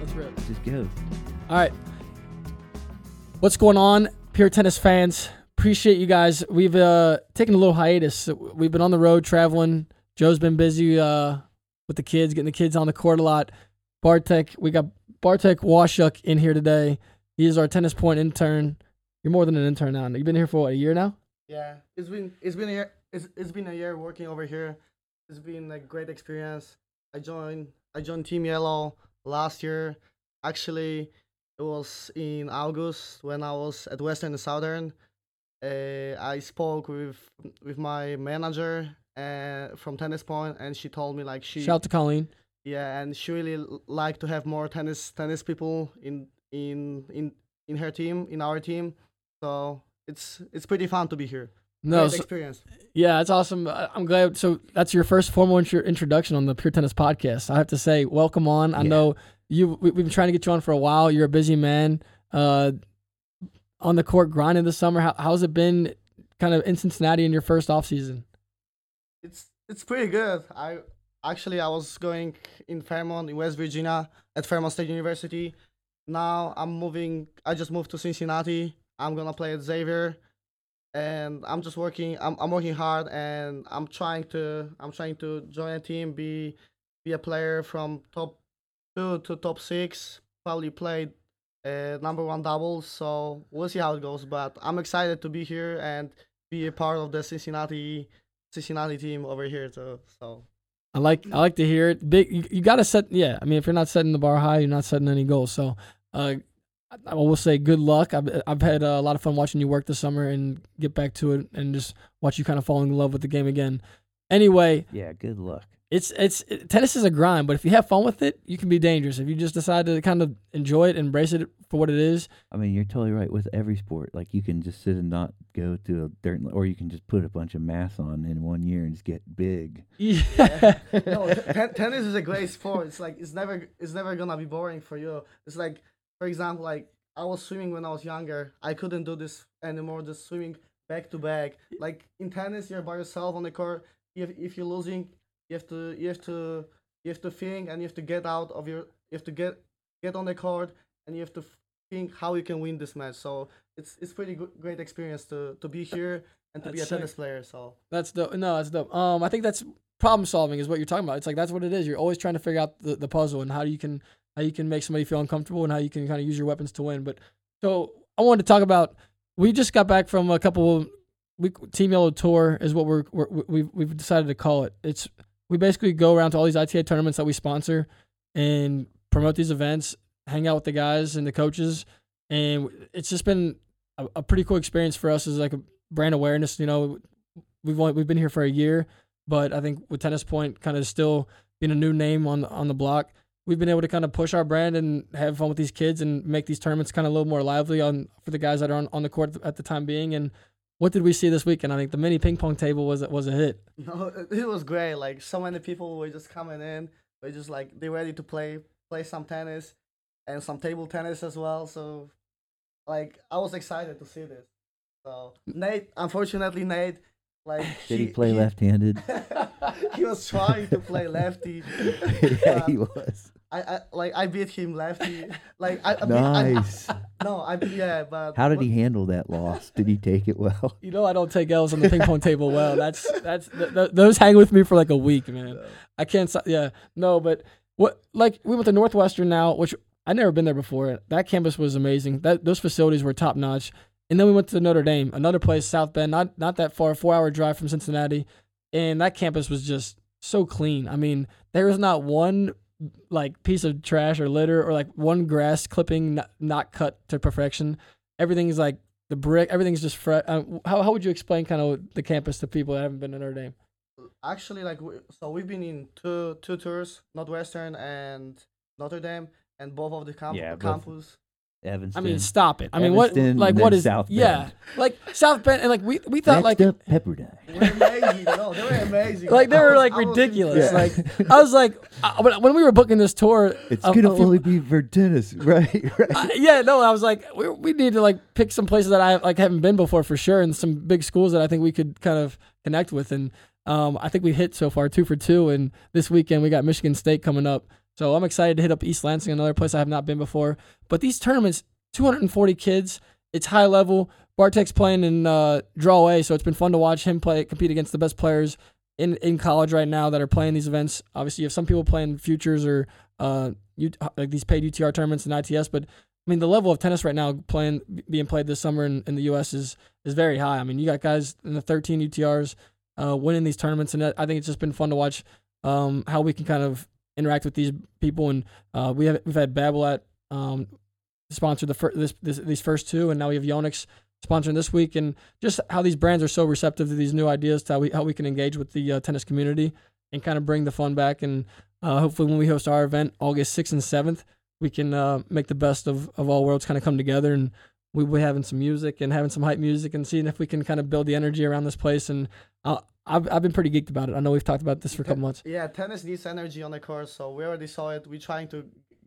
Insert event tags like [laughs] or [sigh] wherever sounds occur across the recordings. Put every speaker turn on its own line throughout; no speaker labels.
Let's go.
All right. What's going on, Pure Tennis fans? Appreciate you guys. We've uh, taken a little hiatus. We've been on the road traveling. Joe's been busy uh, with the kids, getting the kids on the court a lot. Bartek, we got Bartek Washuk in here today. He is our tennis point intern. You're more than an intern now. You've been here for what, a year now?
Yeah, it's been it's been a year. It's, it's been a year working over here. It's been a great experience. I joined I joined Team Yellow last year. Actually, it was in August when I was at Western and Southern. Uh, I spoke with with my manager uh, from Tennis Point, and she told me like she
Shout out to Colleen.
yeah, and she really l- like to have more tennis tennis people in in in in her team in our team. So it's it's pretty fun to be here.
No,
Great
so-
experience.
Yeah, that's awesome. I- I'm glad. So that's your first formal intro- introduction on the Pure Tennis Podcast. I have to say, welcome on. I
Yeah.
know you. we- We've been trying to get you on for a while. You're a busy man. Uh, on the court grinding this summer. How, how's it been? Kind of in Cincinnati in your first off season.
It's it's pretty good. I actually I was going in Fairmont in West Virginia at Fairmont State University. Now I'm moving. I just moved to Cincinnati. I'm gonna play at Xavier, and I'm just working. I'm I'm working hard, and I'm trying to I'm trying to join a team, be be a player from top two to top six. Probably play uh, number one doubles. So we'll see how it goes. But I'm excited to be here and be a part of the Cincinnati Cincinnati team over here. So, so
I like I like to hear it. Big, you, you got to set. Yeah, I mean, if you're not setting the bar high, you're not setting any goals. So, uh, I, I will say good luck. I've I've had uh, a lot of fun watching you work this summer and get back to it and just watch you kind of fall in love with the game again. Anyway,
Yeah, good luck.
it's it's it, tennis is a grind, but if you have fun with it, you can be dangerous. If you just decide to kind of enjoy it, embrace it for what it is. [laughs]
I mean, you're totally right with every sport. Like, you can just sit and not go to a dirt, or you can just put a bunch of mass on in one year and just get big.
Yeah.
no, ten- tennis is a great sport. It's like it's never it's never gonna be boring for you. It's like for example, like I was swimming when I was younger. I couldn't do this anymore. Just swimming back to back. Like in tennis, you're by yourself on the court. If if you're losing, you have to you have to you have to think and you have to get out of your you have to get get on the court and you have to think how you can win this match. So it's it's pretty good, great experience to to be here and to be a
That's sick.
tennis player. So.
That's dope. No, that's dope. Um, I think that's problem solving is what you're talking about. It's like that's what it is. You're always trying to figure out the, the puzzle and how you can how you can make somebody feel uncomfortable and how you can kind of use your weapons to win. But so I wanted to talk about. We just got back from a couple. We Team Yellow Tour is what we're, we're we've we've decided to call it. It's we basically go around to all these ITA tournaments that we sponsor and promote these events, hang out with the guys and the coaches, and it's just been a, a pretty cool experience for us as like a brand awareness. You know, we've only, we've been here for a year, but I think with Tennis Point kind of still being a new name on the, on the block, we've been able to kind of push our brand and have fun with these kids and make these tournaments kind of a little more lively on for the guys that are on, on the court at the time being. And what did we see this weekend? I think the mini ping pong table was was a hit.
[laughs] No, it- it was great. Like so many people were just coming in. They just like they ready to play play some tennis and some table tennis as well. So like I was excited to see this. So Nate, unfortunately Nate, like
Mm. [laughs] Did he, play left-handed?
[laughs] He was trying to
[laughs]
play lefty.
yeah, he
but
was.
I, I like I beat him lefty. Like I, I beat, I,
Nice.
[laughs] no, I yeah, but
How did
but-
he handle that loss? Did he take it well? [laughs]
You know I don't take L's on the ping pong table well. That's that's th- th- those hang with me for like a week, man. I can't. si- Yeah, no, but what like we went to Northwestern now, which I never been there before. That campus was amazing. That those facilities were top notch. And then we went to Notre Dame, another place, South Bend, not not that far, four hour drive from Cincinnati, and that campus was just so clean. I mean, there was not one like piece of trash or litter or like one grass clipping not, not cut to perfection. Everything's like the brick. Everything's just fresh. Uh, how how would you explain kind of the campus to people that haven't been to Notre Dame?
actually like we, so we've been in two two tours northwestern and notre dame and both of the camp-
Yeah, both.
campus
Evanston.
I mean, stop it. I mean, what
Evanston
like
and
what
then
is
South
yeah
Bend.
like South Bend and like we we
Next
thought like
up, Pepperdine.
they were amazing no they were amazing
like they
I
were
was-
like
I was
ridiculous.
impressed.
Like I was like I, when when we were booking this tour,
It's
a-
gonna
a few-
only be for tennis, [laughs] right? Right.
I- yeah, no, I was like, we, we need to like pick some places that I like haven't been before for sure, and some big schools that I think we could kind of connect with. And um, I think we hit so far two for two, and this weekend we got Michigan State coming up. So I'm excited to hit up East Lansing, another place I have not been before. But these tournaments, 240 kids, it's high level. Bartek's playing in uh, draw A, so it's been fun to watch him play compete against the best players in, in college right now that are playing these events. Obviously, you have some people playing futures or uh, U- like these paid UTR tournaments and ITS, but I mean the level of tennis right now playing being played this summer in, in the U.S. is is very high. I mean you got guys in the 13 UTRs uh, winning these tournaments, and that- I think it's just been fun to watch um, how we can kind of interact with these people. And uh, we have we've had Babel at um, sponsor the fir- this, this these first two, and now we have Yonex sponsoring this week, and just how these brands are so receptive to these new ideas, to how we how we can engage with the uh, tennis community and kind of bring the fun back. And uh, hopefully, when we host our event August sixth and seventh, we can uh, make the best of of all worlds kind of come together and. We'll be having some music and having some hype music and seeing if we can kind of build the energy around this place. And uh, I've, I've been pretty geeked about it. I know we've talked about this for a couple months.
Yeah, tennis needs energy on the court, so we already saw it. We're trying to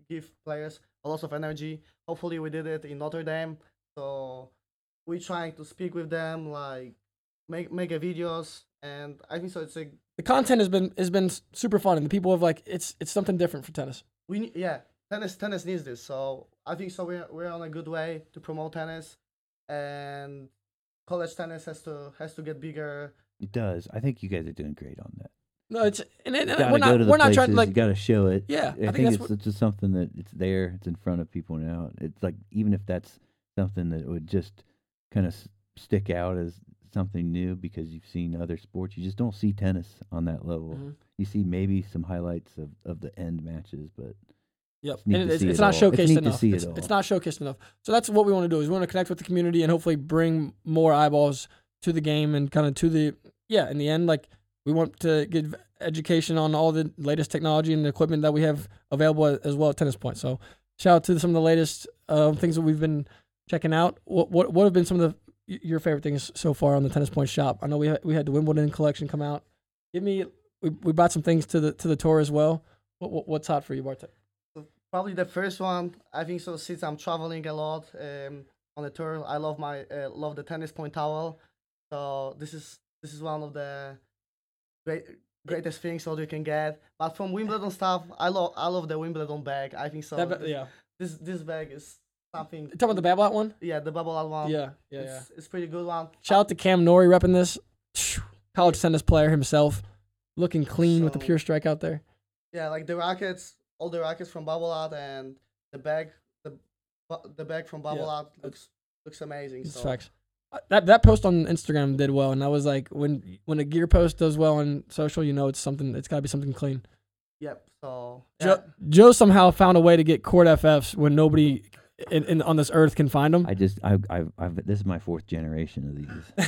give players a lot of energy. Hopefully, we did it in Notre Dame. So we're trying to speak with them, like make make a videos, and I think so. It's a
the content has been has been s- super fun, and the people have like it's it's something different for tennis.
we ne- yeah tennis tennis needs this. So I think so. We're we're on a good way to promote tennis, and college tennis has to has to get bigger.
It does. I think you guys are doing great on that.
No, it's and, it,
gotta
we're
go
not
to
we're
the
not
places.
trying to
you
like
gotta show it.
Yeah, I
I,
think
think,
that's
it's
what-
it's just something that it's there. It's in front of people now. It's like even if that's something that would just kind of s- stick out as something new because you've seen other sports, you just don't see tennis on that level.
Mhm.
You see maybe some highlights of, of the end matches, but
yep,
neat
and
to
it's,
see
it's
it
not
all. It's
showcased
neat to
enough.
see it
it's, it's
all.
not showcased enough. So that's what we want to do is we want to connect with the community and hopefully bring more eyeballs to the game and kind of to the yeah. In the end, like we want to give education on all the latest technology and equipment that we have available as well at Tennis Point. So shout out to some of the latest um, things that we've been checking out. What what what have been some of the y- your favorite things so far on the Tennis Point shop? I know we had, we had the Wimbledon collection come out. Give me we, we brought some things to the to the tour as well. What, what what's hot for you, Bartek?
Probably the first one. I think so. Since I'm traveling a lot um, on the tour, I love my uh, love the tennis point towel. So this is this is one of the great greatest things that you can get. But from Wimbledon stuff, I love I love the Wimbledon bag. I think so.
That ba-
this,
yeah,
this this bag is something.
talking about the Babolat one.
yeah the bubble out one.
yeah, yeah, yeah.
Um, it's, it's pretty good one.
Shout out to Cam Nori repping this Phew, college tennis player himself, looking clean with the
So-
pure strike out there.
Yeah, like the rackets, all the rackets from Bubble Art and the bag, the bu- the bag from Bubble
Yeah.
Art looks looks amazing.
It's
so
facts. Uh, That that post on Instagram did well, and I was like, when when a gear post does well on social, you know it's something. It's got to be something clean.
yep. So yeah,
Joe, Joe somehow found a way to get court FFs when nobody in, in, on this earth can find them.
I just I I I've, this is my fourth generation of
[laughs]
these.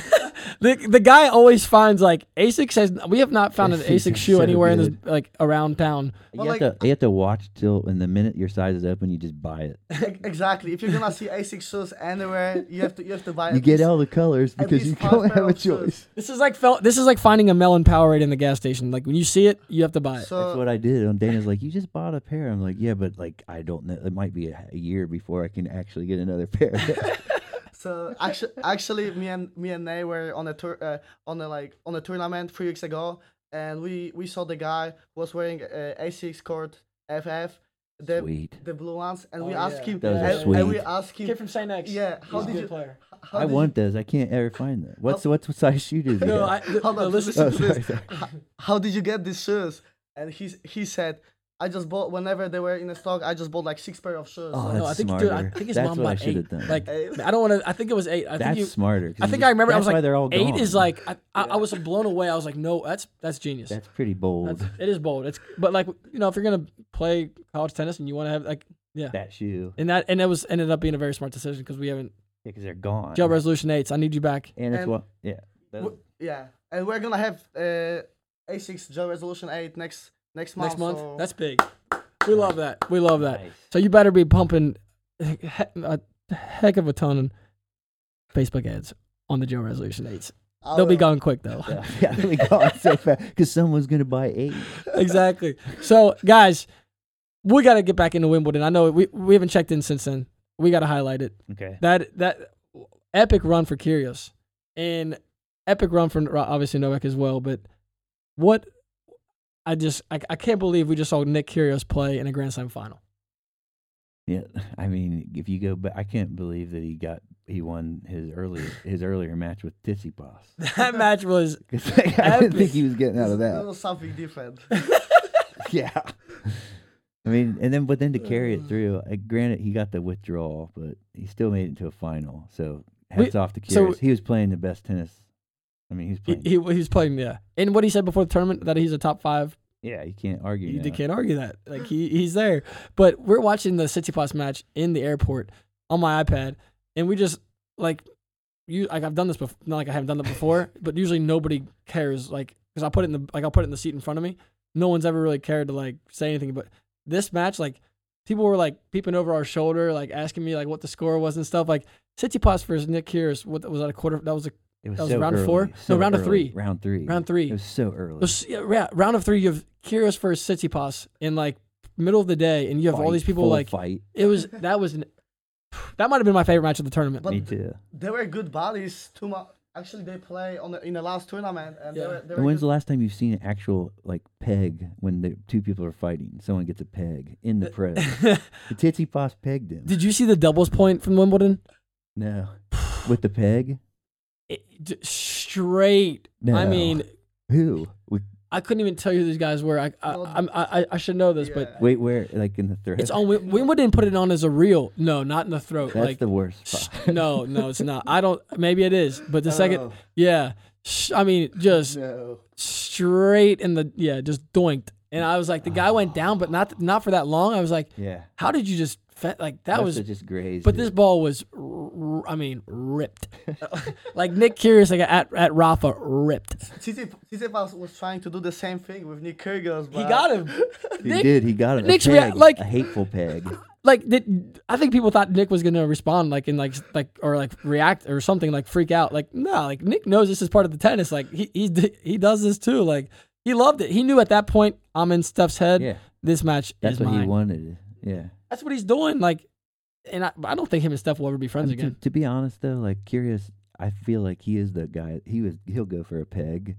the the guy always finds like Asics has. We have not found an
Asics
Asics
is
shoe
so
anywhere in this
good.
like around town.
you,
Well,
have
like-
to, you have to watch till and the minute your size is open, you just buy it.
e- exactly. If you're gonna see ASICS shoes anywhere, you have to you have to buy.
You
at
get
least-
all the colors
at
because you
least five
don't
pair
have a
of shoes.
choice.
This is like fel- this is like finding a melon Powerade in the gas station. Like when you see it, you have to buy it.
That's
So
what I did. And Dana's like, "You just bought a pair." I'm like, "Yeah, but like, I don't know. It might be a, a year before I can actually get another [laughs]
[laughs]
pair."
so actually actually me and me and Nay were on a tour uh, on a like on a tournament three weeks ago, and we we saw the guy who was wearing uh, ASICS court FF. The,
Sweet.
the blue ones, and
Oh,
we
yeah.
asked him,
Those are
and, and we
sweet.
asked him,
Kid from Saint X.
Yeah, how
He's a
did
good
you- [laughs]
player.
how
I
did you-
want those. I can't ever find them. What's what size shoe do they
Oh. [laughs] No,
have?
I, the,
Hold
the
on,
list-
listen
[laughs] Oh,
[laughs] to this.
sorry, sorry.
how did you get these shoes? And he he said, I just bought whenever they were in the stock. I just bought like six pair of shoes.
Oh,
So-
that's
no, I think dude, I
smarter.
think his
That's
mom
what I
bought
should
eight.
have done.
Like
Eight.
I don't want to. I think it was eight. I think
that's
you.
smarter. 'cause
I
you
think
just-
I remember.
That's
I was like
why they're all
eight
gone.
is like I, I, I was blown away. I was like, no, that's that's genius.
that's pretty bold.
That's, it is bold. It's but like you know if you're gonna play college tennis and you want to have like yeah
that shoe
and that and it was ended up being a very smart decision because we haven't
because they're gone.
Joe Resolution Eights. I need you back.
and it's
And-
what? Yeah. Those-
W- yeah, and we're gonna have uh, A6 Joe Resolution Eight next next month.
next month.
so- [laughs]
That's big. We love that. We love that.
Nice.
So you better be pumping he- a heck of a ton of Facebook ads on the Joe Resolution Eights.
I
They'll be
will-
gone quick though.
Oh, Yeah, [laughs] yeah, they'll be gone so fast because someone's gonna buy eight.
[laughs]
exactly. So guys, we got to get back into Wimbledon. I know we we haven't checked in since then. We got to highlight it.
Okay.
That that epic run for Kyrgios and epic run for obviously Novak as well. But what I just I, I can't believe we just saw Nick Kyrgios play in a Grand
[laughs]
Slam final.
Yeah, [laughs] I mean, if you go back, I can't believe that he got he won his earlier his earlier match with Tsitsipas.
[laughs]
[laughs]
That match was
'Cause I didn't
Epic.
think he was getting out of
It
that.
was something
[laughs]
different.
[laughs] yeah. I mean, and then but then to carry it through, uh, granted he got the withdrawal, but he still made it to a final. So
We-
hats off to
so-
Kyrgios. he was playing the best tennis. I mean, he was
he,
playing.
he he's playing yeah. And what he said before the tournament that he's a top five.
yeah, you can't argue.
You
now.
can't argue that. Like he he's there. But we're watching the Tsitsipas match in the airport on my iPad, and we just like you like I've done this before. Not like I haven't done
[laughs]
that before, but usually nobody cares. Like because I put it in the like I'll put it in the seat in front of me. No one's ever really cared to like say anything. But this match, like people were like peeping over our shoulder, like asking me like what the score was and stuff. Like Tsitsipas versus Nick Kyrgios, what was that a quarter? That was a
It was,
That was
so
round
early,
four? No,
so
round of
early.
three.
Round three.
round three.
It was so early.
It was- yeah, ra- round of three, you have Kyrgios versus Tsitsipas in like middle of the day, and you have all
Fight,
these people
full
like
fight. [laughs]
it was that was an, that might have been my favorite match of the tournament.
Me
But-
too.
They were good bodies. Too much. Actually, they play on the, in the last tournament, and
Yeah.
they were. They were
And when's the
good.
last time you've seen an actual like peg when the two people are fighting? Someone gets a peg in the press.
[laughs]
the titsy boss pegged him.
Did you see the doubles point from Wimbledon?
no, with the peg.
It- d- straight. I
No.
mean,
Who? With,
I couldn't even tell you who these guys were. I I
Well,
I'm- I, I, I shoshould know this, but
Yeah.
wait, where? Like in the throat?
it's on Wim- Wimbledon put it on as a reel. No, not in the throat.
That's
like
the worst.
s-
spot.
[laughs] no, no, it's not. I don't. Maybe it is, but the second,
Oh,
yeah. Sh- I mean, just
no.
straight in the yeah, just doinked. And I was like, the guy went down, but not not for that long. I was like,
yeah,
how did you just fe- like that
Must've
was?
just grazed.
But
it.
this ball was, r- r- I mean, ripped. [laughs] like Nick Kyrgios, like at at Rafa, ripped.
Tsitsipas Tsitsipas was trying to do the same thing with Nick Kyrgios, but
He got him.
he
Nick-
did. He got it.
Nick's
a
rea-
peg,
like-
a hateful peg.
[laughs] Like did, I think people thought Nick was gonna respond like in like s- like or like react or something like freak out. Like no, like Nick knows this is part of the tennis. Like he he d- he does this too. Like he loved it. He knew at that point I'm in Steph's head.
yeah,
This match
that's
is
what
mine.
he wanted. Yeah.
That's what he's doing. Like, and I, I don't think him and Steph will ever be friends
I mean, to-
again.
To, be honest, though, like curious, I feel like he is the guy. He was. He'll go for a peg.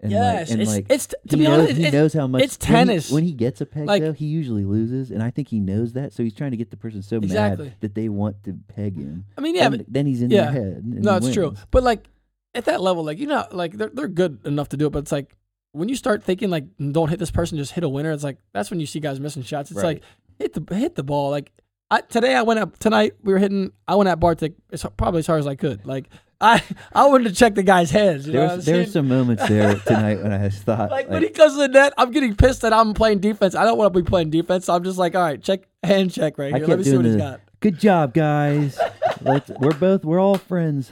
And
yes,
like, and
it's
like,
it's to
he
be
knows,
honest,
he
it's,
knows how much
it's
when he-
tennis.
When he, gets a peg,
Like-
though, he usually loses, and I think he knows that. So he's trying to get the person so
Exactly.
mad that they want to peg him.
I mean, yeah,
and
but,
then he's in
yeah.
their head. and
no,
he
it's true.
wins.
But like at that level, like you know, like they're they're good enough to do it. But it's like when you start thinking like, don't hit this person, just hit a winner. It's like that's when you see guys missing shots. It's like
Right.
hit the hit the ball. Like I, today, I went up tonight. We were hitting. I went at Bartik as, probably as hard as I could. Like I I wanted to check the guy's hands. You
There
know
was,
what I'm
there were
saying?
some moments
[laughs]
there tonight when I just thought,
like when he comes to the net, I'm getting pissed that I'm playing defense. I don't want to be playing defense. So I'm just like, all right, check [laughs] hand check right
I
here. Let
kept
me see
doing
what he's
the
got.
good job,
[laughs]
guys. Let's, we're both, we're all friends.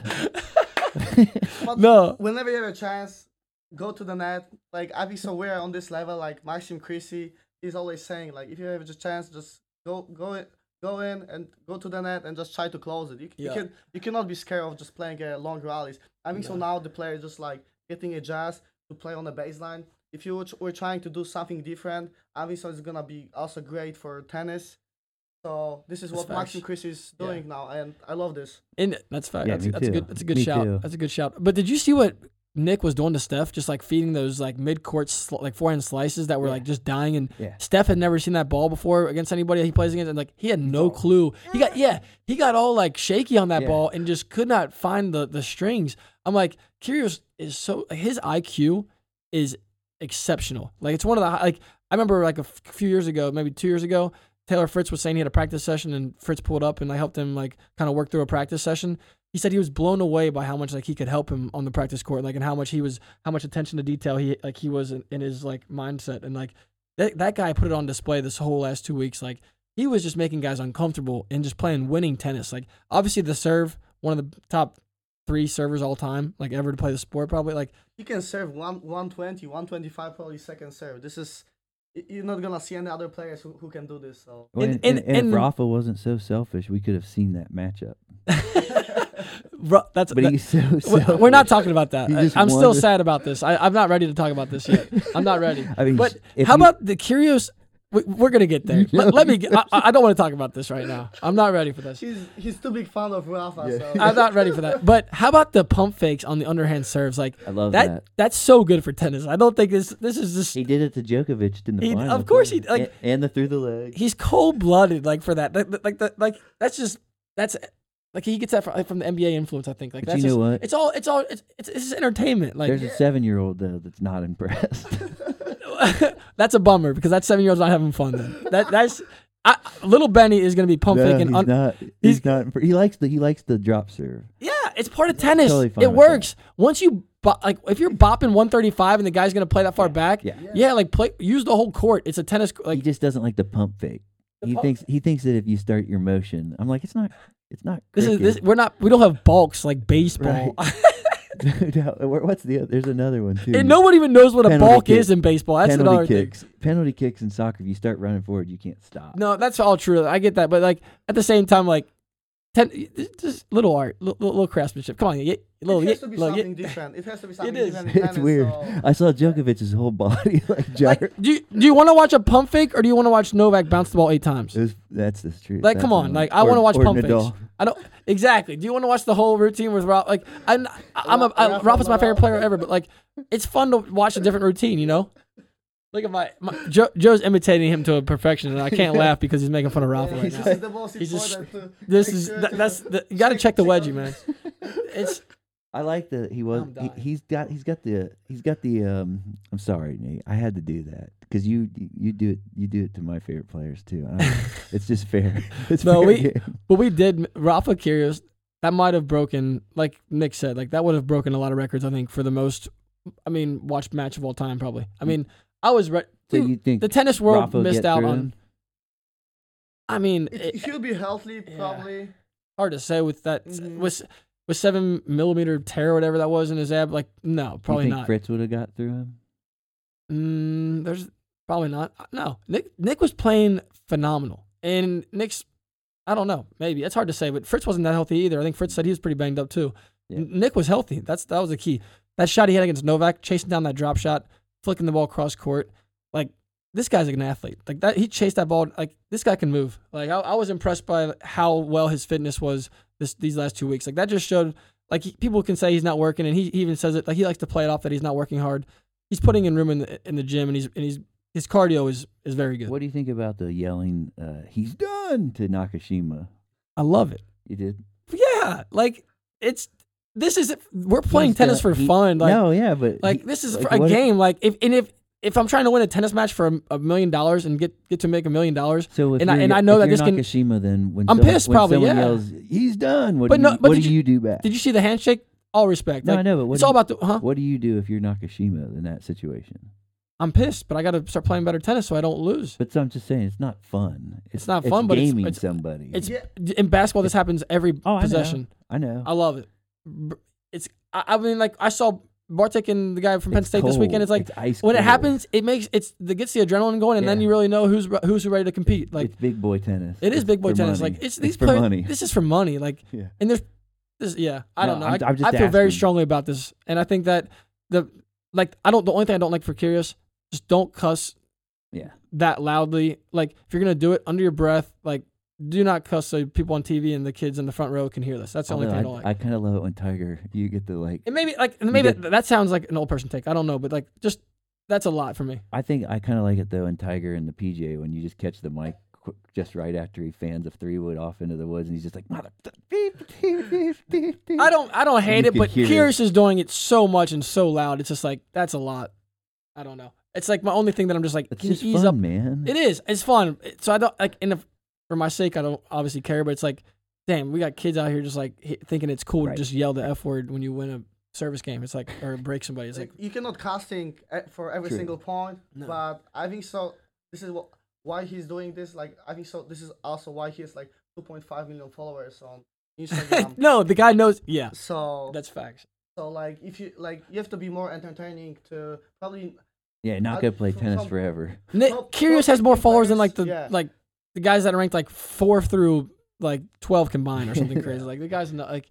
But
No.
whenever you have a chance, go to the net. Like I think so we're on this level. Like Maxim Creasy is always saying, like if you have the chance, just go go in- go in and go to the net and just try to close it. You, c-
Yeah.
you can you cannot be scared of just playing uh, long rallies. I think so now the player is just like getting a jazz to play on the baseline. If you were trying to do something different, I think so it's gonna be also great for tennis. So this is
That's
what Maxim
facts.
Creasy is
Yeah.
doing now, and I love this.
And that's fact.
Yeah,
that's,
me
that's a
too.
good. That's a good
Me
shout.
too.
That's a good shout. But did you see what Nick was doing to Steph? Just like feeding those like mid court sl- like forehand slices that were
Yeah.
like just dying. And
Yeah.
Steph had never seen that ball before against anybody he plays against, and like he had no clue. He got yeah, he got all like shaky on that
Yeah.
ball and just could not find the the strings. I'm like, Kyrgios is so his IQ is exceptional. Like it's one of the hi- like I remember like a f- few years ago, maybe two years ago, Taylor Fritz was saying he had a practice session and Fritz pulled up and I helped him like kind of work through a practice session. He said he was blown away by how much like he could help him on the practice court, like and how much he was how much attention to detail he like he was in, in his like mindset and like that that guy put it on display this whole last two weeks. Like he was just making guys uncomfortable and just playing winning tennis. Like obviously the serve, one of the top three servers all time, like ever to play the sport probably. Like
you can serve one, 120, 125 probably second serve. This is y- you're not gonna see any other players who, who can do this. So
Well,
And-
and, and,
and-
and
and-
if Rafa wasn't so selfish, we could have seen that matchup.
ru- that's
But
that-
he's [laughs] so selfish.
We're- We're not talking about that.
You
I-
just
I'm still
wonder-
sad about this. I, I'm not ready to talk about this yet. I'm not ready.
[laughs] I mean,
but
if
how
you-
about the Curios we, we're gonna
[laughs]
get there. Let, let me. Get, I, I don't want to talk about this right now. I'm not ready
[laughs]
for this.
He's he's too big fan of Rafa.
Yeah.
[laughs]
So.
I'm not ready for that. But how about the pump fakes on the underhand serves? Like
I love
that.
that.
That's so good for tennis. I don't think this. This is just.
He did it to Djokovic in the
He- of
final.
course he- like-
and, and the through the leg.
He's cold blooded. Like for that. Like like- like that. Like that's just. That's like he gets that from, from the NBA influence. I think. Like
But
that's
you know
just-
what?
It's all. It's all. It's it's, it's just entertainment. Like
There's a seven year old though that's not
[laughs]
impressed.
that's a bummer because that seven year old's not having fun. Then that that's. I, little Benny is gonna be pump
no,
faking.
he's
un-
not. He's,
he's-
not. impre- He likes the he likes the drop serve.
Yeah, it's part of tennis.
totally fine
it
with that.
works. Once you bo- like, if you're bopping 135 and the guy's gonna play that far back,
yeah.
yeah, like play use the whole court. It's a tennis co-
he
like
just doesn't like the pump fake.
The
he
pump
thinks he thinks that if you start your motion, I'm like it's not it's not.
this is
Cricket.
this. We're not we don't have bulks like baseball,
[laughs]
[laughs]
No, What's the oth- There's another one too.
and no one even knows what a
Penalty
bulk
kick.
is in baseball. That's another
penalty
thing.
kicks. Penalty kicks in soccer. If you start running forward, you can't stop.
No, that's all true. I get that, but like at the same time, like ten, just little art, little, little craftsmanship. Come on, yeah, little,
it
yeah,
has to be
little, yeah.
something different. It
[laughs]
has to be something
is.
different. in
it's
tennis,
weird.
so-
I saw Djokovic's whole [laughs] body like
Like,
gyro.
do you, do you want to watch a pump fake or do you want to watch Novak bounce the ball eight times?
It was- that's the truth.
Like,
That's
come
what I
on, like I
Or-
want to watch
or
pump
Nadal.
fakes. I don't exactly. Do you want to watch the whole routine with Rob? Like, I'm, I'm a I,
Rafa
Rafa's my favorite
Nadal.
player ever, but like, it's fun to watch a different routine. You know, look at my, my Joe, Joe's imitating him to a perfection, and I can't laugh because he's making fun of Rafa right
This
now.
is the most
He's just-
important.
[laughs]
[laughs]
This
Make
is
sure
that,
to-
that's the, you got to
[laughs]
check
check-
the
check
wedgie,
out-
man. It's
I like that he was.
I'm
He,
dying.
he's got. He's got the. He's got the. Um. I'm sorry, Nate. I had to do that because you. You do it. You do it to my favorite players too. I don't- it's
[laughs]
just fair. [laughs] It's
No,
fair
we- [laughs]
game.
but we did Rafa Kyrgios. That might have broken, like Nick said, like that would have broken a lot of records. I think for the most, I mean, watched match of all time probably. I mean, I was re-
So
dude,
you think
the tennis world
Rafa will
missed
get
out
through
on.
him?
I mean,
It,
it,
it should be healthy,
Yeah.
probably.
hard to say with that
Mhm.
with with seven millimeter tear or whatever that was in his ab. Like, no, probably
you think
not.
Fritz would have got through him.
mm, there's probably not. No, Nick Nick was playing phenomenal, and Nick's. I don't know. Maybe it's hard to say, but Fritz wasn't that healthy either. I think Fritz said he was pretty banged up too.
Yeah.
N- Nick was healthy. That's that was the key. That shot he had against Novak, chasing down that drop shot, flicking the ball cross court. Like this guy's an athlete. Like that, he chased that ball. Like this guy can move. Like I, I was impressed by how well his fitness was this these last two weeks. Like that just showed. Like he, people can say he's not working, and he, he even says it. Like he likes to play it off that he's not working hard. He's putting in room in the in the gym, and he's and he's his cardio is is very good.
What do you think about the yelling? Uh, he's done to Nakashima.
I love it.
You did
Yeah, like it's this is we're playing
He's
tennis
done-
for
he-
fun. Like
no, yeah, but
like
he-
this is
like,
for a
what if-
game. Like if and if if I'm trying to win a tennis match for a, a million dollars and get get to make a million dollars,
So if
And I-
you're,
and I
if
know that
you're
this can-
Nakashima, then when
I'm
someone,
pissed
when
probably,
someone
yeah.
yells, he's done. What
But
do
no-
you,
but
what do
did
you,
you-
do back?
did you see the handshake? All respect.
no,
Like,
I know, but what
it's
do
all
you-
about the huh?
What do you do if you're Nakashima in that situation?
I'm pissed, but I got to start playing better tennis so I don't lose.
But so I'm just saying, it's not fun. It's,
not fun, but it's-
gaming
it's-
somebody.
It's
Yeah.
in basketball. This happens every
Oh, I know.
possession.
I know.
I love it. Br- It's I, I mean like I saw Bartek and the guy from Penn
It's
State this
cold.
weekend. It's like
ice
when it
cold.
happens, it makes it's it gets the adrenaline going, and then
Yeah.
you really know who's re- who's ready to compete. Like
it's big boy tennis.
it is
It's
big boy
for
tennis.
money.
Like it's these
for
players.
money.
This is for money. Like
[laughs] Yeah.
and there's this yeah i
No,
don't know
I'm-
i
I'm just
I feel very
asking.
strongly about this and i think that the like i don't the only thing i don't like for curious just don't cuss
Yeah.
that loudly like if you're gonna do it under your breath like do not cuss so people on tv and the kids in the front row can hear this that's the only
Although
thing i,
I,
don't like
I kind of love it when Tiger, you get the like.
and maybe like and maybe
get-
that, that sounds like an old person take i don't know but like just that's a lot for me
I think I kind of like it though in Tiger and the PJ when you just catch the mic qu- just right after he fans a three wood off into the woods and he's just like mother.
i don't i don't hate
you
it
can
but
hear it.
curious is doing it so much and so loud it's just like that's a lot i don't know it's like my only thing that i'm just like
It's
can you
just
ease
fun,
up
man.
It is. It's fun. It- So I don't like, and if, for my sake, I don't obviously care. But it's like, damn, we got kids out here just like hi- thinking it's cool
Right.
to just yell the f word when you win a service game. It's like or break somebody. It's like,
Like, you cannot casting e- for every
True.
single point,
No.
but I think so. This is what why he's doing this. Like I think so. This is also why he has like 2.5 million followers on
[laughs]
Instagram.
no, the guy knows. Yeah,
so
that's facts.
so like if you like you have to be more entertaining to probably [laughs]
Yeah,
I-
not gonna play
from
tennis
some-
forever.
Nick,
Well,
Curious
well,
has more followers than like the
yeah.
like the guys that are ranked like four through like twelve combined or something crazy. Like the guys not like,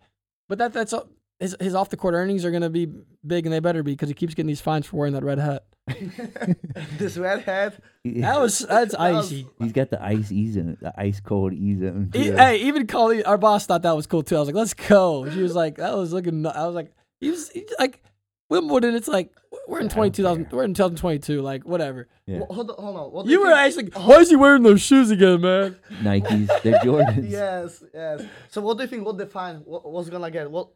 but that that's all. his, his off the court earnings are going to be big, and they better be because he keeps getting these fines for wearing that red hat. [laughs]
this red hat.
[laughs]
That was that's
That was- [laughs]
icy.
He's got the ice e zone, the ice cold e zone.
E- Hey, even Colleen, our boss thought that was cool too. I was like, "Let's go." She was like, "That was looking." nu- I was like, "He was he, like Wimbledon." It's like we're in
I don't
twenty two thousand.
care.
We're in two thousand twenty two. Like whatever.
Yeah.
Wh- Hold on, hold on. What do
You were
think-
actually. [laughs] Why is he wearing those shoes again, man?
Nikes,
[laughs]
they're Jordans.
Yes, yes. So what do you think? What define? What, what's gonna get? What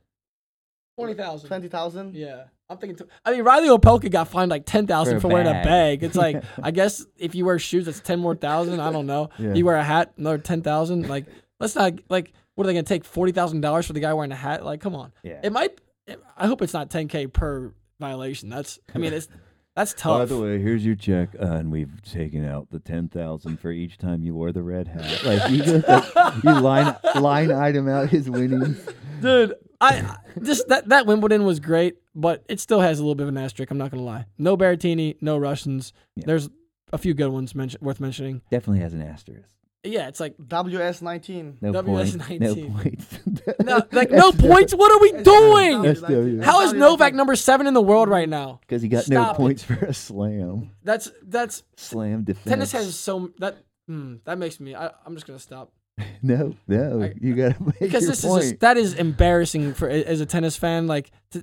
Twenty thousand.
twenty thousand?
Yeah, I'm thinking. T- I mean, Riley Opelka got fined like ten
For
thousand
a
for wearing a
bag.
bag.
[laughs]
It's like I guess if you wear shoes, it's ten more thousand. I don't know.
Yeah.
You wear a hat, another ten thousand. Like, let's not like. What are they gonna take forty thousand dollars for the guy wearing a hat? Like, come on.
Yeah.
It might. It, I hope it's not ten k per violation. That's. I mean, it's
[laughs]
that's tough.
By the way, here's your check, uh, and we've taken out the ten thousand for each time you wore the red [laughs] hat. Like you, just, like, you line line item out his winnings.
dude. I I- just that that Wimbledon was great, but it still has a little bit of an asterisk. I'm not gonna lie. No Berrettini, no Russians.
Yeah.
There's a few good ones mention, worth mentioning.
Definitely has an asterisk.
Yeah, it's like
WS nineteen.
No
WS19.
point. No points. [laughs]
no, like no points. What are we doing?
That's W.
How is Novak number seven in the world right now?
Because he got no
Stop it.
points for a slam.
That's that's
Slam defense.
tennis has so that mm, that makes me. I, I'm just gonna stop
no, no.
I-
you gotta make
because
your
this
point.
is just, that is embarrassing for as a tennis fan. Like to,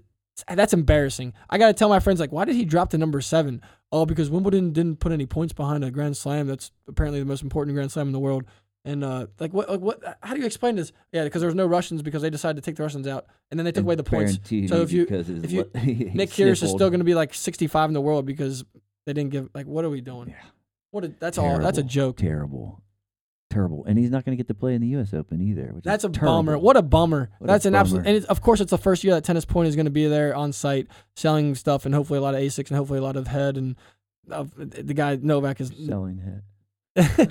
that's embarrassing. I gotta tell my friends like, why did he drop to number seven? Oh, because Wimbledon didn't put any points behind a Grand Slam. That's apparently the most important Grand Slam in the world. And uh, like what like what? How do you explain this? Yeah, because there was no Russians because they decided to take the Russians out and then they took away the points.
Berrettini
So if you-
because his
if you-
le- [laughs] he
Nick Kyrgios is
sniffled.
still going to be like 65 in the world because they didn't give. Like, what are we doing?
Yeah.
What? A, that's all. That's a
Terrible.
joke.
terrible, terrible, and he's not going to get to play in the U.S. Open either. Which
That's
is
a
terrible.
bummer. What a bummer.
What a
that's an absolute.
bummer.
And it's, of course, it's the first year that Tennis Point is going to be there on site selling stuff and hopefully a lot of ASICs and hopefully a lot of head and of the guy Novak is.
selling hat.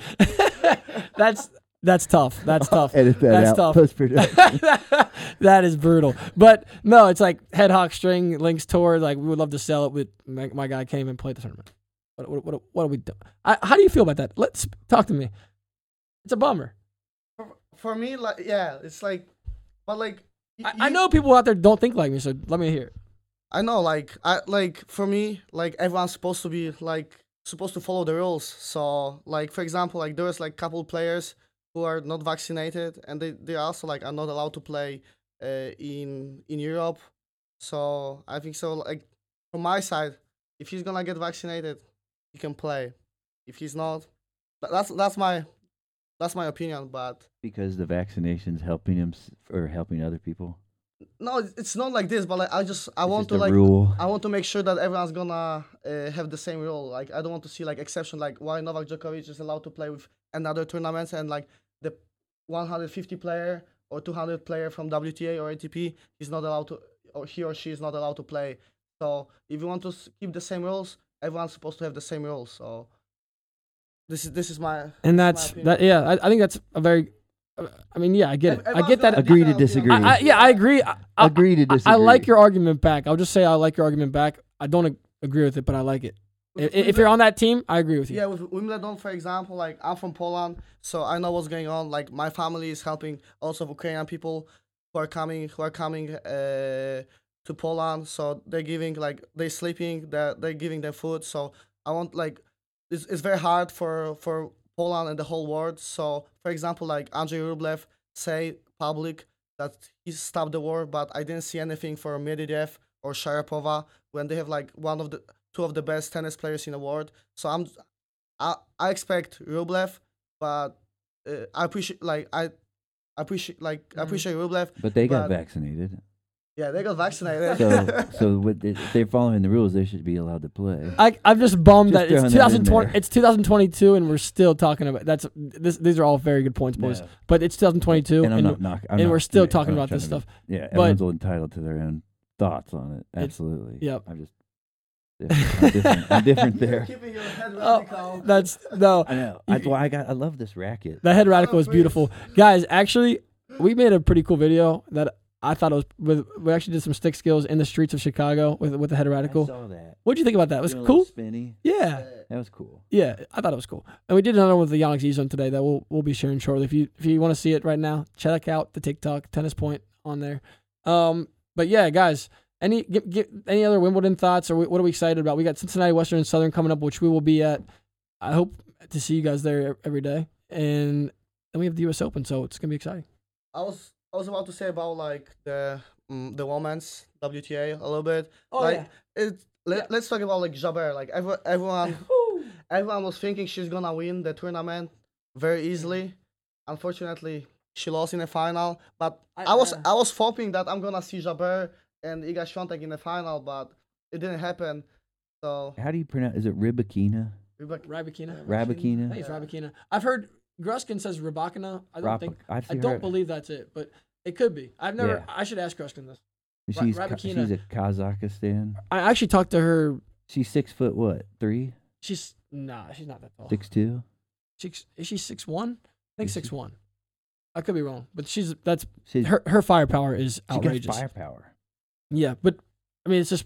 that's that's
[laughs]
tough. That's tough.
Edit that
That's
out.
tough.
Post production.
[laughs] that is brutal. But no, it's like head hawk string links tour. Like we would love to sell it, but my, my guy came and played the tournament. What what what, what are we doing? I, how do you feel about that? Let's talk to me. It's a bummer.
For me, like yeah, it's like, but like y-
I, I
you-
know people out there don't think like me, so let me hear. it.
I know, like I like for me, like everyone's supposed to be like supposed to follow the rules. So like for example, like there's like couple players who are not vaccinated and they they also like are not allowed to play uh, in in Europe. So I think so. Like from my side, if he's gonna get vaccinated, he can play. If he's not, tha- that's that's my that's my opinion. But
because the vaccination's helping him s- or helping other people.
no, it's- it's not like this. But like I just I
It's
want
just
to
a
like
rule.
I want to make sure that everyone's gonna uh, have the same role. Like I don't want to see like exception like why Novak Djokovic is allowed to play with another tournaments and like the 150 player or 200 player from WTA or ATP is not allowed to or he or she is not allowed to play. So if you want to s- keep the same rules, everyone's supposed to have the same rules. So this is this is my
And that's
opinion.
that. Yeah, I, I think that's a very. uh, I mean, yeah, I get it. I
Everyone's
get
gonna
that.
have
Agree to
their opinion.
disagree.
I, I, yeah, I agree. I, I,
Agree to
I-
disagree.
I like your argument back. I'll just say I like your argument back. I don't ag- agree with it, but I like it. I-
With-
i- If
with-
you're on that team, I agree with you.
Yeah, with Wimbledon, for example, like I'm from Poland, so I know what's going on. Like my family is helping also Ukrainian people who are coming who are coming uh, to Poland. So they're giving like they're sleeping, they're they're giving their food. So I want like it's, it's very hard for for Poland and the whole world. So for example, like Andrei Rublev say public that he stopped the war, but I didn't see anything for Medvedev or Sharapova when they have like one of the two of the best tennis players in the world. So I'm I I expect Rublev, but uh, I appreciate like I appreciate like I
Mhm.
appreciate Rublev.
But they got
but- [laughs]
vaccinated,
Yeah, they got vaccinated. [laughs]
so so with the, if they're following the rules, they should be allowed to play.
I, I'm just bummed
Just
that it's
throwing that in
2020.
there.
It's 2022, and we're still talking about that's. This, these are all very good points, boys.
Yeah.
But it's
and
2022, and,
I'm not knock, I'm
and
not-
we're still
yeah,
talking
I'm
about
trying
this
to be-
stuff.
Yeah,
but-
everyone's entitled to their own thoughts on it.
It's-
Absolutely.
yep.
I'm just different. I'm different, I'm
[laughs]
different there.
Keeping your head
Oh,
calm.
that's no.
[laughs] I know. That's why I got. I love this racket.
The head radical is
please.
beautiful, guys. Actually, we made a pretty cool video that I thought it was. With, we actually did some stick skills in the streets of Chicago with with the head
I
radical.
saw that.
What'd you think about that? It was
Doing a little
cool.
Spinny.
Yeah.
That was cool.
Yeah, I thought it was cool. And we did another one with the Yonex Ezone today that we'll we'll be sharing shortly. If you if you want to see it right now, check out the TikTok Tennis Point on there. Um, But yeah, guys, any get, get, any other Wimbledon thoughts or wh- what are we excited about? We got Cincinnati Western and Southern coming up, which we will be at. I hope to see you guys there e- every day, and then we have the U.S. Open, so it's gonna be exciting.
I was I was about to say about like the mm the women's WTA a little bit. like, It,
Oh,
let,
Yeah.
Let's talk about like Jabber. Like every, [laughs]
[laughs]
everyone, everyone was thinking she's gonna win the tournament very easily. Unfortunately, she lost in the final. But
I-
I, was
uh,
I was hoping that I'm gonna see Jabber and Iga Świątek in the final, but it didn't happen. So
How do you pronounce? Is it Ribakina?
we back-
Rabakina. I think
Rabakina?
it's Rabakina. I've heard Gruskin says Rabakina. I don't think.
I've
I
seen
don't
her-
believe that's it, but it could be. I've
Yeah.
never. I should ask Gruskin this. Ra-
She's Ka-
Rabakina.
she's a Kazakhstan.
I actually talked to her.
She's six foot what? Three,
She's nah. She's not that tall.
six two.
Six, is she six one? I think
Is she?
six one. I could be wrong, but she's that's
She's
her her firepower is
she got
outrageous.
firepower.
Yeah, but I mean, it's just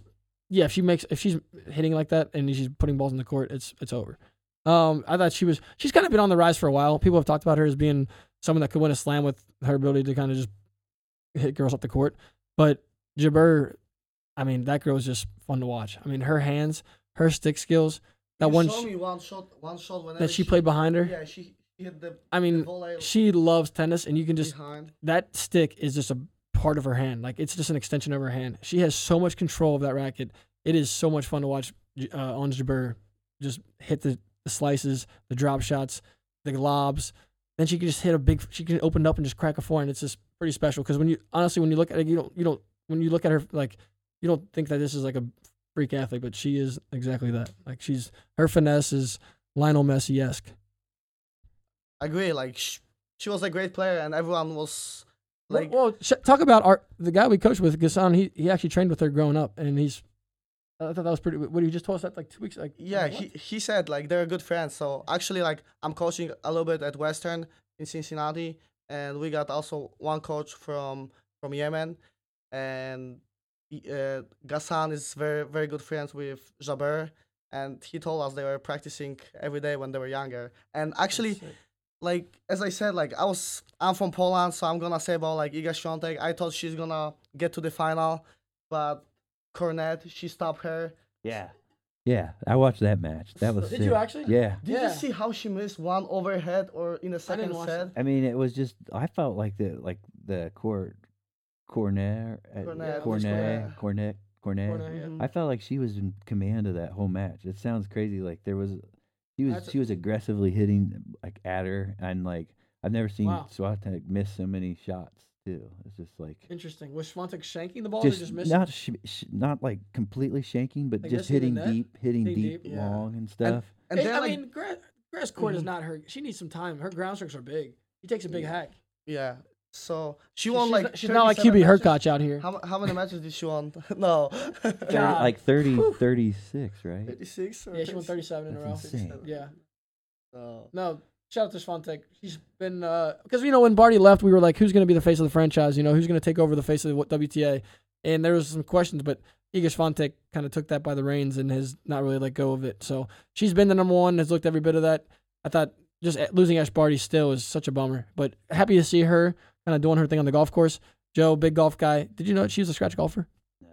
yeah. If she makes if she's hitting like that and she's putting balls in the court, it's it's over. Um, I thought she was she's kind of been on the rise for a while. People have talked about her as being someone that could win a slam with her ability to kind of just hit girls off the court. But Jabir, I mean, that girl is just fun to watch. I mean, her hands, her stick skills, that
you
one
show
sh-
me one shot, one shot whenever
that she played behind her.
Yeah, she hit the
I mean,
volley
she loves tennis, and you can just
behind.
that stick is just a part of her hand. Like it's just an extension of her hand. She has so much control of that racket. It is so much fun to watch J- uh, Ons Jabeur just hit the, the slices, the drop shots, the lobs. Then she can just hit a big. She can open it up and just crack a forehand. It's just pretty special because when you honestly when you look at it, you don't you don't when you look at her like you don't think that this is like a freak athlete, but she is exactly that. Like she's her finesse is Lionel Messi esque.
agree. Like she, she was a great player, and everyone was like,
well, well, sh- talk about our the guy we coached with, Gassan. He he actually trained with her growing up, and he's. I thought that was pretty. What did you just told us that like two weeks? Like
yeah.
what?
He he said like they're good friends. So actually, like I'm coaching a little bit at Western in Cincinnati, and we got also one coach from from Yemen, and he- uh, Gassan is very very good friends with Jaber. And he told us they were practicing every day when they were younger. And actually, like as I said, like I was I'm from Poland, so I'm gonna say about like Iga Świątek. I thought she's gonna get to the final, but Cornet she stopped her.
Yeah. Yeah, I watched that match. That was
Did
sick.
you actually?
Yeah.
Did
Yeah.
you see how she missed one overhead or in the second
watch
set?
I mean, it was just I felt like the like the court cornet uh, cornet
Cornet, it was
cornet cornet cornet.
Cornet, yeah.
Mm-hmm.
I felt like she was in command of that whole match. It sounds crazy. Like there was she was
That's-
she was aggressively hitting like at her and like I've never seen
Wow.
Swiatek miss so many shots too. It's just like
Interesting. Was Swantek shanking the ball or
just,
just missing?
not sh- sh- not like completely shanking, but
Like
just
missing
hitting
the net?
deep, hitting
Hitting
deep,
deep? Yeah.
long and stuff.
And
It-
then
I
like
mean, grass, grass court is
Mm-hmm.
Mhm.
not her. She needs some time. Her ground strokes are big. She takes a big
Yeah.
hack.
yeah, so she
She-
won
she's
like
not, she's not like
37
QB
matches.
Herkoch out here.
How mu- how many matches did she won? [laughs]
[laughs]
no,
Thirty-
God.
like 30,
Whew.
36, right?
thirty six.
Yeah, she won 37 in a row.
That's insane.
Yeah.
So,
No, shout out to Svantek. He's been because you know when Barty left, we were like, who's going to be the face of the franchise? You know, who's going to take over the face of the w- WTA? And there was some questions, but Iga Svantek kind of took that by the reins and has not really let go of it. So she's been the number one, has looked every bit of that. I thought just a- losing Ash Barty still is such a bummer, but happy to see her kind of doing her thing on the golf course. Joe, big golf guy. Did you know she was a scratch golfer?
No.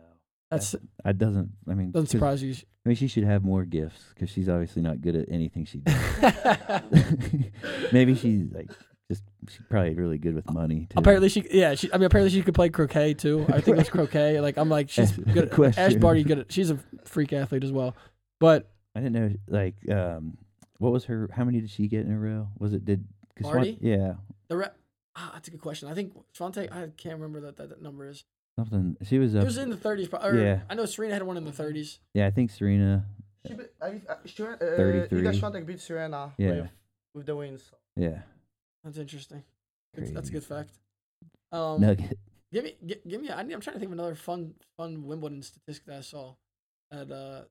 That's
That doesn't. I mean,
doesn't
'cause-
surprise you. [laughs]
I mean, she should have more gifts because she's obviously not good at anything she does. [laughs] Maybe she's like just she's probably really good with money. Too.
Apparently she, yeah, she. I mean, apparently she could play croquet too. I think it
[laughs]
was croquet. Like I'm like she's
Ask-
good. At,
question.
Ash Barty good. At, she's a freak athlete as well. But
I didn't know. Like, um, what was her? How many did she get in a row? Was it did? 'cause one-
Barty?
yeah,
the re- ah, that's a good question. I think Svante. I can't remember that that, that number is.
something. She was
It
up.
was in the 30s. pro- Or
Yeah.
I know Serena had one in the 30s.
yeah, I think Serena.
she be, I, I, she, uh, Iga
33.
Świątek beat Serena
Yeah,
with, with the wins.
yeah.
That's interesting. Good- That's a
Crazy.
good fact. Um,
Nugget.
give me, gi- give me. I need, I'm trying to think of another fun, fun Wimbledon statistic that I saw. At uh,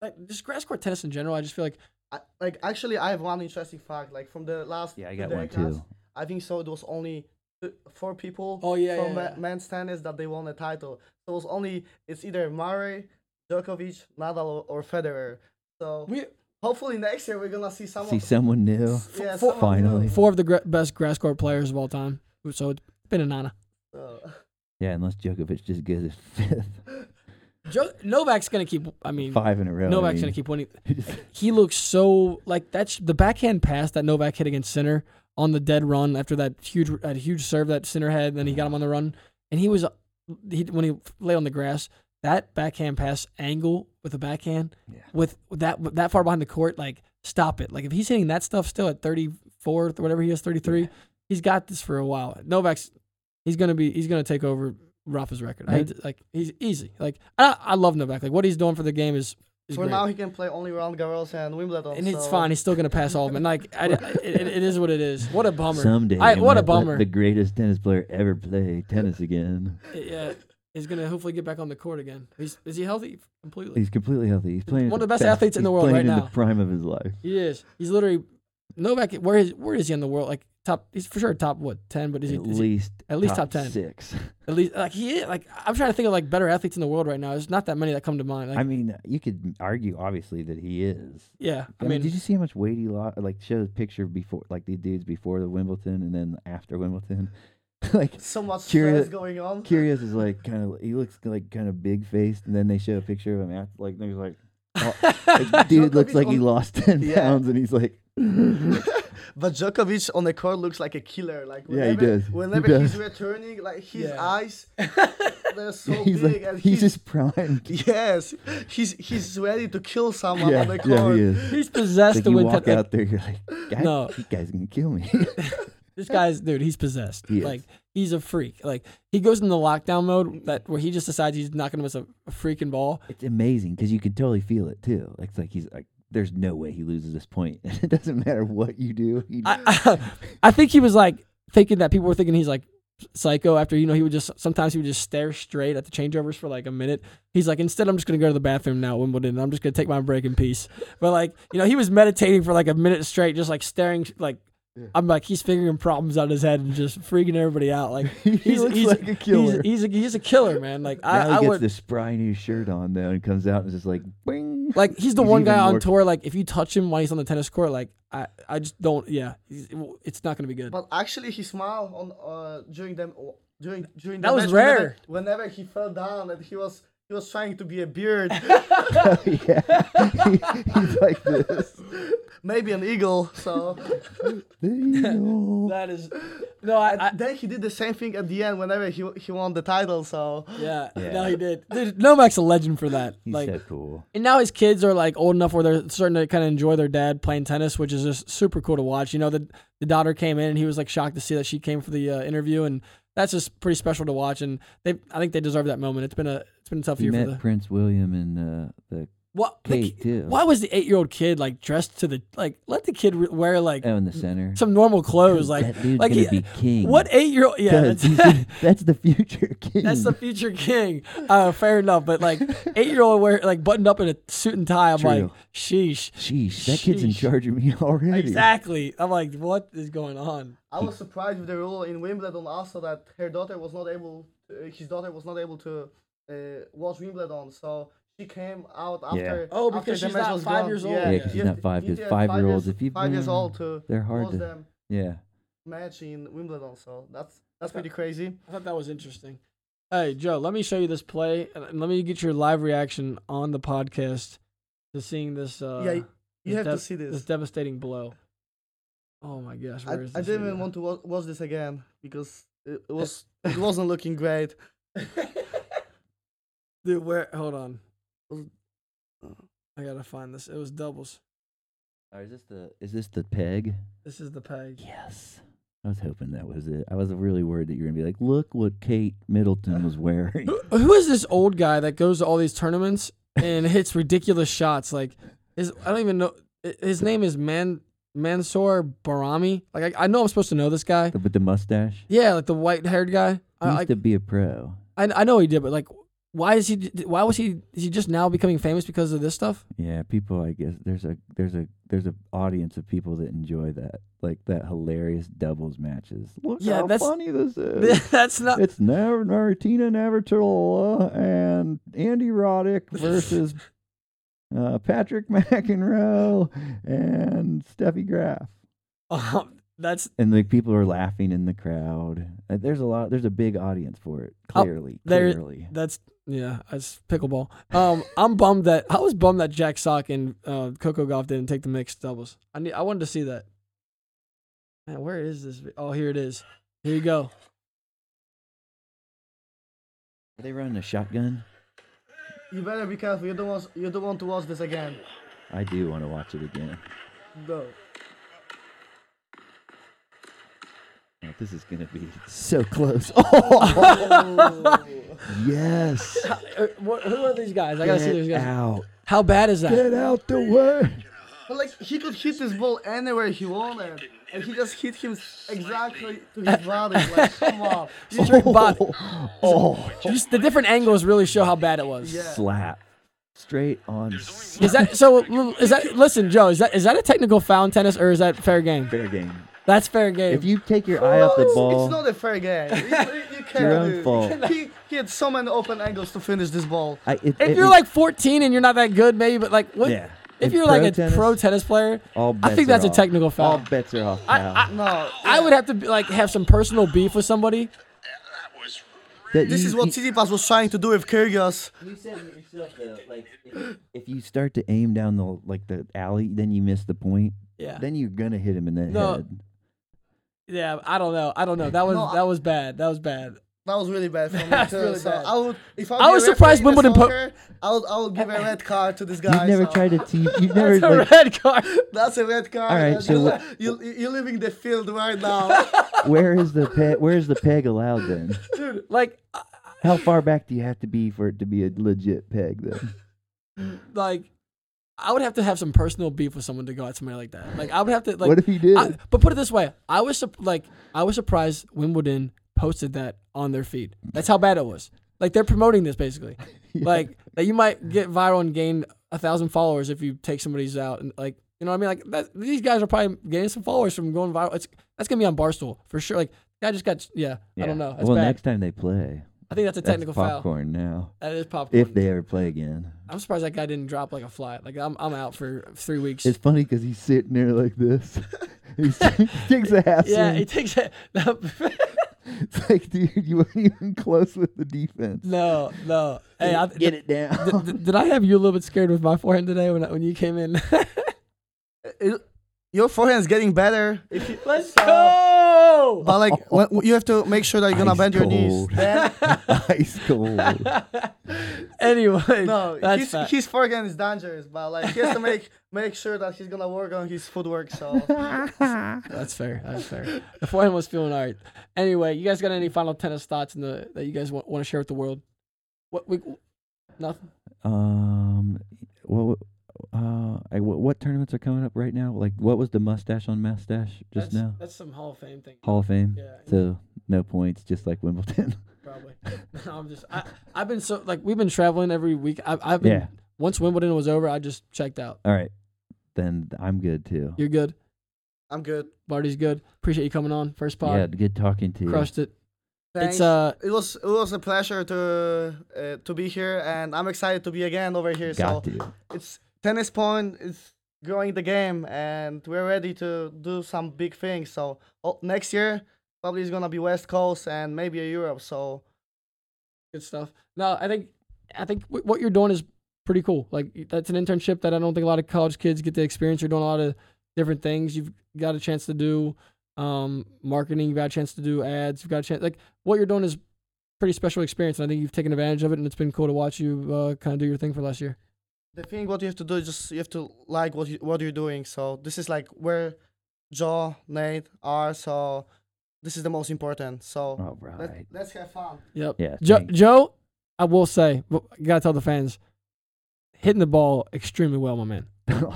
like just grass court tennis in general. I just feel like
I, like actually, I have one interesting fact. Like from the last
Yeah, I
two
got one
decades,
too.
I think so. It was only th- four people
Oh, yeah,
from
yeah,
ma-
yeah.
men's tennis that they won the title. So it was only it's either Murray, Djokovic, Nadal, or Federer. So
we
hopefully next year we're gonna see someone.
See someone new.
yeah,
for-
Mm-hmm.
someone new.
Finally.
four of the gra- best grass court players of all time. So it's been an honor.
So,
Yeah, unless Djokovic just gets his
[laughs]
fifth,
Jo- Novak's gonna keep. I mean,
five in a row. I
Novak's
mean,
gonna keep winning.
[laughs] just-
He looks so like that's the backhand pass that Novak hit against Sinner on the dead run after that huge that huge serve that Sinner had. And then he got him on the run, and he was he when he laid on the grass. That backhand pass angle with the backhand
Yeah.
with that with that far behind the court, like stop it. Like if he's hitting that stuff still at 34 or whatever he is, 33, he's got this for a while. Novak's he's gonna be he's gonna take over Rafa's record. I,
Right.
like he's easy. Like I, I love Novak. Like what he's doing for the game is. is
For
great.
now, he can play only Roland Garros and Wimbledon.
and it's
so-
fine. He's still gonna pass all of them. And like, I, I- it, it is what it is. What a bummer.
someday.
I-
they
what a
might let
bummer.
The greatest tennis player ever play tennis again.
yeah, he's gonna hopefully get back on the court again. He's is he healthy completely?
He's completely healthy. He's playing at
One of the best athletes in the
he's
world
playing
right
in
now.
The prime of his life.
He is. He's literally Novak. Where is where is he in the world? Like top. He's for sure top what ten, but is he,
at
is he
least
at least top 10.
six.
at least like he is, like I'm trying to think of like better athletes in the world right now. There's not that many that come to mind. Like
I mean, you could argue obviously that he is.
yeah,
I, mean, did you see how much weight he lost? Like, show the picture before, like the dudes before the Wimbledon and then after Wimbledon. [laughs] like,
[laughs] So much
Curious-
stress going on.
Curious is like kind of he looks like kind of big faced, and then they show a picture of him after, like and he's like, oh, like, dude looks
Djokovic
like he
on-
lost ten
Yeah.
pounds, and he's like,
But Djokovic on the court looks like a killer. Like
Yeah, he
whenever,
does. He
Whenever
does.
he's returning, like his
Yeah. [laughs]
eyes, they're so
he's like
big, and
he's
he's,
just primed.
[laughs] yes, he's he's ready to kill someone
yeah,
on the court.
yeah, he is.
he's
It's
possessed
Like
to
you
win.
walk
ten- like,
out there, you're like, "God,
No.
this guy's gonna kill me. [laughs]
this guy's dude. He's possessed.
He is.
like he's a freak. Like he goes in the lockdown mode that where he just decides he's not gonna miss a, a freaking ball.
it's amazing because you can totally feel it too. Like, It's like he's like, there's no way he loses this point. [laughs] it doesn't matter what you do. He,
I, I, [laughs] I think he was like thinking that people were thinking he's like psycho after you know he would just sometimes he would just stare straight at the changeovers for like a minute he's like instead i'm just gonna go to the bathroom now at wimbledon and i'm just gonna take my break in peace but like you know he was meditating for like a minute straight just like staring like i'm like he's figuring problems out in his head and just freaking everybody out like
[laughs] he
he's,
looks
he's,
like a killer.
he's, he's a he's a killer man like
now he
i, I
gets
would
the spry new shirt on though, and comes out and just
[laughs]
like, bing. [laughs]
like he's the
He's
one guy
even
on
more-
tour like if you touch him while he's on the tennis court like i i just don't yeah he's- it's not gonna be good
But actually, he smiled on uh, during them during during
That
the
was
match
rare.
Whenever, whenever he fell down and he was he was trying to be a
[laughs]
beard,
yeah, He- he's like this.
maybe an eagle. So
Eagle.
[laughs] that is no i, I
then he did the same thing at the end whenever he he won the title. So
Yeah,
Yeah.
no, he did. Dude, Novak's a legend for that.
He's
like,
so cool.
and now his kids are like old enough where they're starting to kind of enjoy their dad playing tennis, which is just super cool to watch. You know, the the daughter came in and he was like shocked to see that she came for the uh, interview, and that's just pretty special to watch. And they, I think they deserve that moment. It's been a it's been a tough
He
year for
met
the
Prince William and uh, the
what. the
Kate
ki-
too.
why was the eight year old kid like dressed to the like? Let the kid re- wear like
Oh, in the center.
Mm, some normal clothes. Like
that dude's
like
gonna
he-
be king.
what eight year old? Yeah,
'Cause he's
that's,
gonna- [laughs] that's the future king.
That's the
[laughs]
future king. Uh, fair enough, but like eight year old wear like buttoned up in a suit and tie. I'm like,
True.
sheesh.
Sheesh, that kid's in
Sheesh.
charge of me [laughs] already.
Exactly. I'm like, what is going on?
I was surprised with the rule in Wimbledon also that her daughter was not able, uh, his daughter was not able to uh, watch Wimbledon, so she came out after.
Oh,
after
because
the
she's
match
not
was
five
gone.
years old
Yeah,
Yeah,
yet.
because
you
he's
have
not
to-
five
you
because
need
five year olds.
years-
If you
five years old to
they're hard
watch
to.
them
Yeah,
match in Wimbledon, so that's that's pretty crazy.
I thought that was interesting. Hey Joe, let me show you this play, and and let me get your live reaction on the podcast to seeing this. Uh,
yeah, you
this
have to
dev-
see
this
this.
devastating blow. Oh my gosh,
I,
where is
I
this
didn't
video?
even want to wa- watch this again because it, it was it wasn't looking great.
Dude, where? Hold on.
Was-
I gotta find this. It was doubles.
Or is this the is this the peg?
This is the peg.
Yes. I was hoping that was it. I was really worried that you were gonna be like, look what Kate Middleton was
[laughs]
wearing.
Who, who is this old guy that goes to all these tournaments and hits ridiculous shots? Like, his I don't even know. i- His name is Man Mansoor Barami. Like, I, I know I'm supposed to know this guy.
With the mustache.
Yeah, like the white haired guy.
He
I,
used
I,
to be a pro.
I I know he did, but like, why is he? d- Why was he? Is he just now becoming famous because of this stuff?
Yeah, people I guess there's a there's a there's a audience of people that enjoy that. Like that hilarious doubles matches. Look
Yeah,
how
that's-
funny
[laughs]
this is.
That's not. [laughs]
it's Nav- Martina Navratilova and Andy Roddick
[laughs]
versus [laughs] uh, Patrick McEnroe and Steffi Graf.
Um, That's
and like people are laughing in the crowd. Uh, There's a lot. There's a big audience for it.
Oh,
Clearly,
there-
clearly.
that's yeah, that's pickleball. [laughs] Um, I'm bummed that I was bummed that Jack Sock and uh, Coco Golf didn't take the mixed doubles. I need, I wanted to see that. Man, where is this? vi- Oh, here it is. Here you go.
Are they running a shotgun?
You better be careful. You don't want you don't want to watch this again.
I do want to watch it again.
No.
Oh, this is gonna be so [laughs] close.
Oh. [laughs]
yes.
Uh, what, who are these guys? I gotta see
Get
these guys.
out.
How bad is that?
Get out the way.
But like he could hit this ball anywhere he wanted, and he just hit him exactly to his body. Like come on. You
Straight body.
Oh.
Just the different angles really show how bad it was.
Yeah.
Slap. Straight on. s-
Is that so? l- Is that listen, Joe? Is that is that a technical foul in tennis or is that fair game?
Fair game.
That's fair game.
If you take your eye off the
it's,
ball,
it's not a fair game. It's, you can't
your own
do.
fault.
He, he had so many open angles to finish this ball.
I, it,
if
it-
you're like 14 and you're not that good, maybe, but like what?
Yeah.
If
In
you're like
pro
a
tennis,
pro tennis player,
all
I
bets
think
are
that's a
off.
technical foul.
All bets are off. Pal.
No.
I would have to be, like have some personal beef with somebody.
That
This
you-
is what
you-
Tsitsipas was trying to do with Kyrgios.
You said it yourself though, like if, [laughs] if you start to aim down the like the alley, then you miss the point.
Yeah.
Then you're gonna hit him in the
No.
head.
Yeah, I don't know. I don't know. That was
No, I-
that was bad. That was bad.
That was
[laughs]
really bad for me.
That's
too.
really
so
bad.
I would, if
I
be a
was
referee
surprised
in the
Wimbledon put-
soccer, I would, I would give a red card to this guy.
You've never
so-
tried
[laughs]
to teach. You've never
That's a
like
red
[laughs]
card.
That's a red card.
All right,
and
so
[laughs] you,
what-
you, you're leaving the field right now.
[laughs]
[laughs]
where is
[laughs]
the pe- where is the peg allowed then?
Like uh,
How far back do you have to be for it to be a legit peg then?
like I would have to have some personal beef with someone to go at somebody like that. Like I would have to like
what if he did?
I, but put it this way, I was sup- like, I was surprised Wimbledon posted that on their feed. That's how bad it was. Like they're promoting this
[laughs]
basically, like that you might get viral and gain a thousand followers if you take somebody's out and like you know what I mean. Like that, these guys are probably gaining some followers from going viral. It's that's gonna be on Barstool for sure. Like I just got yeah, [laughs] I don't know. That's
well,
bad.
next time they play,
I think that's a
that's
technical foul.
popcorn now.
That is popcorn.
If they ever play again,
I'm surprised that guy didn't drop like a fly. Like I'm I'm out for three weeks.
it's funny because he's sitting there like
[laughs]
this. he takes a half
yeah,
swing.
he takes it. [laughs]
It's like, dude, you weren't even close with the defense.
no, no. Hey, I,
get it down.
Th- th- did I have you a little bit scared with my forehand today when I, when you came [laughs] in?
It- your forehand's getting better.
Let's go!
But like, when, you have to make sure that you're gonna
Ice
bend your
[laughs]
knees.
cold.
Then,
Ice cold.
[laughs] anyway,
no,
that's
his,
fact.
his forehand is dangerous, but like he has to make [laughs] make sure that he's gonna work on his
[laughs]
footwork. So
that's fair. That's fair. The forehand was feeling all right. Anyway, you guys got any final tennis thoughts in the that you guys want, want to share with the world? What we nothing.
um, what? Uh, I, what, what tournaments are coming up right now? Like, what was the mustache on mustache just
that's,
now?
That's some Hall of Fame thing.
Hall of Fame.
Yeah,
So no points, just like Wimbledon.
probably. No, I'm just. [laughs]
[laughs]
I, I've been so like we've been traveling every week. I, I've been.
Yeah.
Once Wimbledon was over, I just checked out.
All right, then I'm good too.
You're good.
I'm good.
Barty's good. Appreciate you coming on. First
yeah,
pod.
good talking to you.
Crushed it.
Thanks.
It's uh
it was it was a pleasure to uh, to be here, and I'm excited to be again over here. so
Got to.
it's tennis point is growing the game and we're ready to do some big things so oh, next year probably is gonna be west coast and maybe a europe so
good stuff. No, I think I think w- what you're doing is pretty cool. Like that's an internship that I don't think a lot of college kids get to experience. You're doing a lot of different things. You've got a chance to do um marketing. You've got a chance to do ads. You've got a chance. Like what you're doing is pretty special experience, and I think you've taken advantage of it. And it's been cool to watch you uh, kind of do your thing for last year.
the thing what you have to do is just you have to like what you what you're doing so this is like where joe nate are so this is the most important
Oh,
so
All
let,
right.
let's have fun
Yep.
Yeah.
Joe,
thanks.
Joe, I will say, but I gotta tell the fans, hitting the ball extremely well, my man.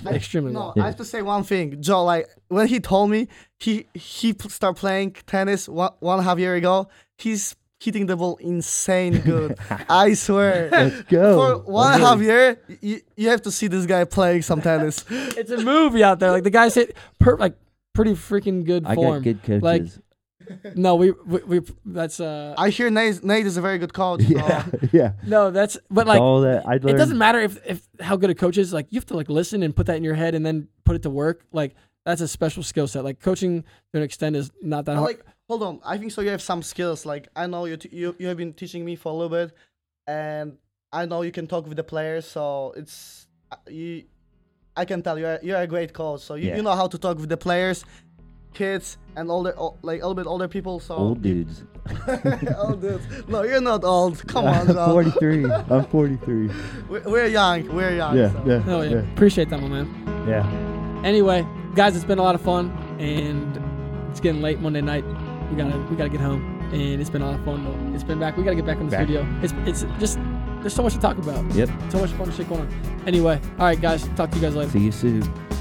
Extremely well.
no
Yeah.
i have to say one thing joe like when he told me he he p- started playing tennis one, one half year ago he's hitting the ball insane
[laughs]
good i swear
Let's go.
For one
Oh, Okay.
half year, you, you have to see this guy playing some
[laughs]
tennis.
it's a movie out there. Like the guys hit per, like pretty freaking good
I
form.
got good coaches.
Like- No, we, we we that's uh
I hear Nate, Nate is a very good
[laughs]
coach.
yeah, [laughs] yeah.
no that's but like
all that I'd
it
learn
doesn't matter if if how good a coach is. Like you have to like listen and put that in your head and then put it to work. Like that's a special skill set. Like coaching to an extent is not that
But,
hard.
like, hold on. I think so. You have some skills. Like I know you, t- you you have been teaching me for a little bit, and I know you can talk with the players. So it's uh, you. I can tell you're you're a great coach. So you,
Yeah.
you know how to talk with the players, kids, and older o- like a little bit older people. So
Old dudes.
[laughs] old dudes. No, you're not
[laughs]
old. Come on,
I'm
now.
43. I'm 43.
We're, we're young. We're young.
Yeah,
so.
yeah,
Hell yeah.
yeah,
Appreciate that, my man.
yeah.
Anyway, guys, it's been a lot of fun, and it's getting late Monday night. We gotta we gotta get home, and it's been a lot of fun. Though. It's been back. We gotta get back in the
Back.
studio. It's it's just there's so much to talk about.
Yep.
So much fun shit going on. Anyway, all right, guys. Talk to you guys later.
See you soon.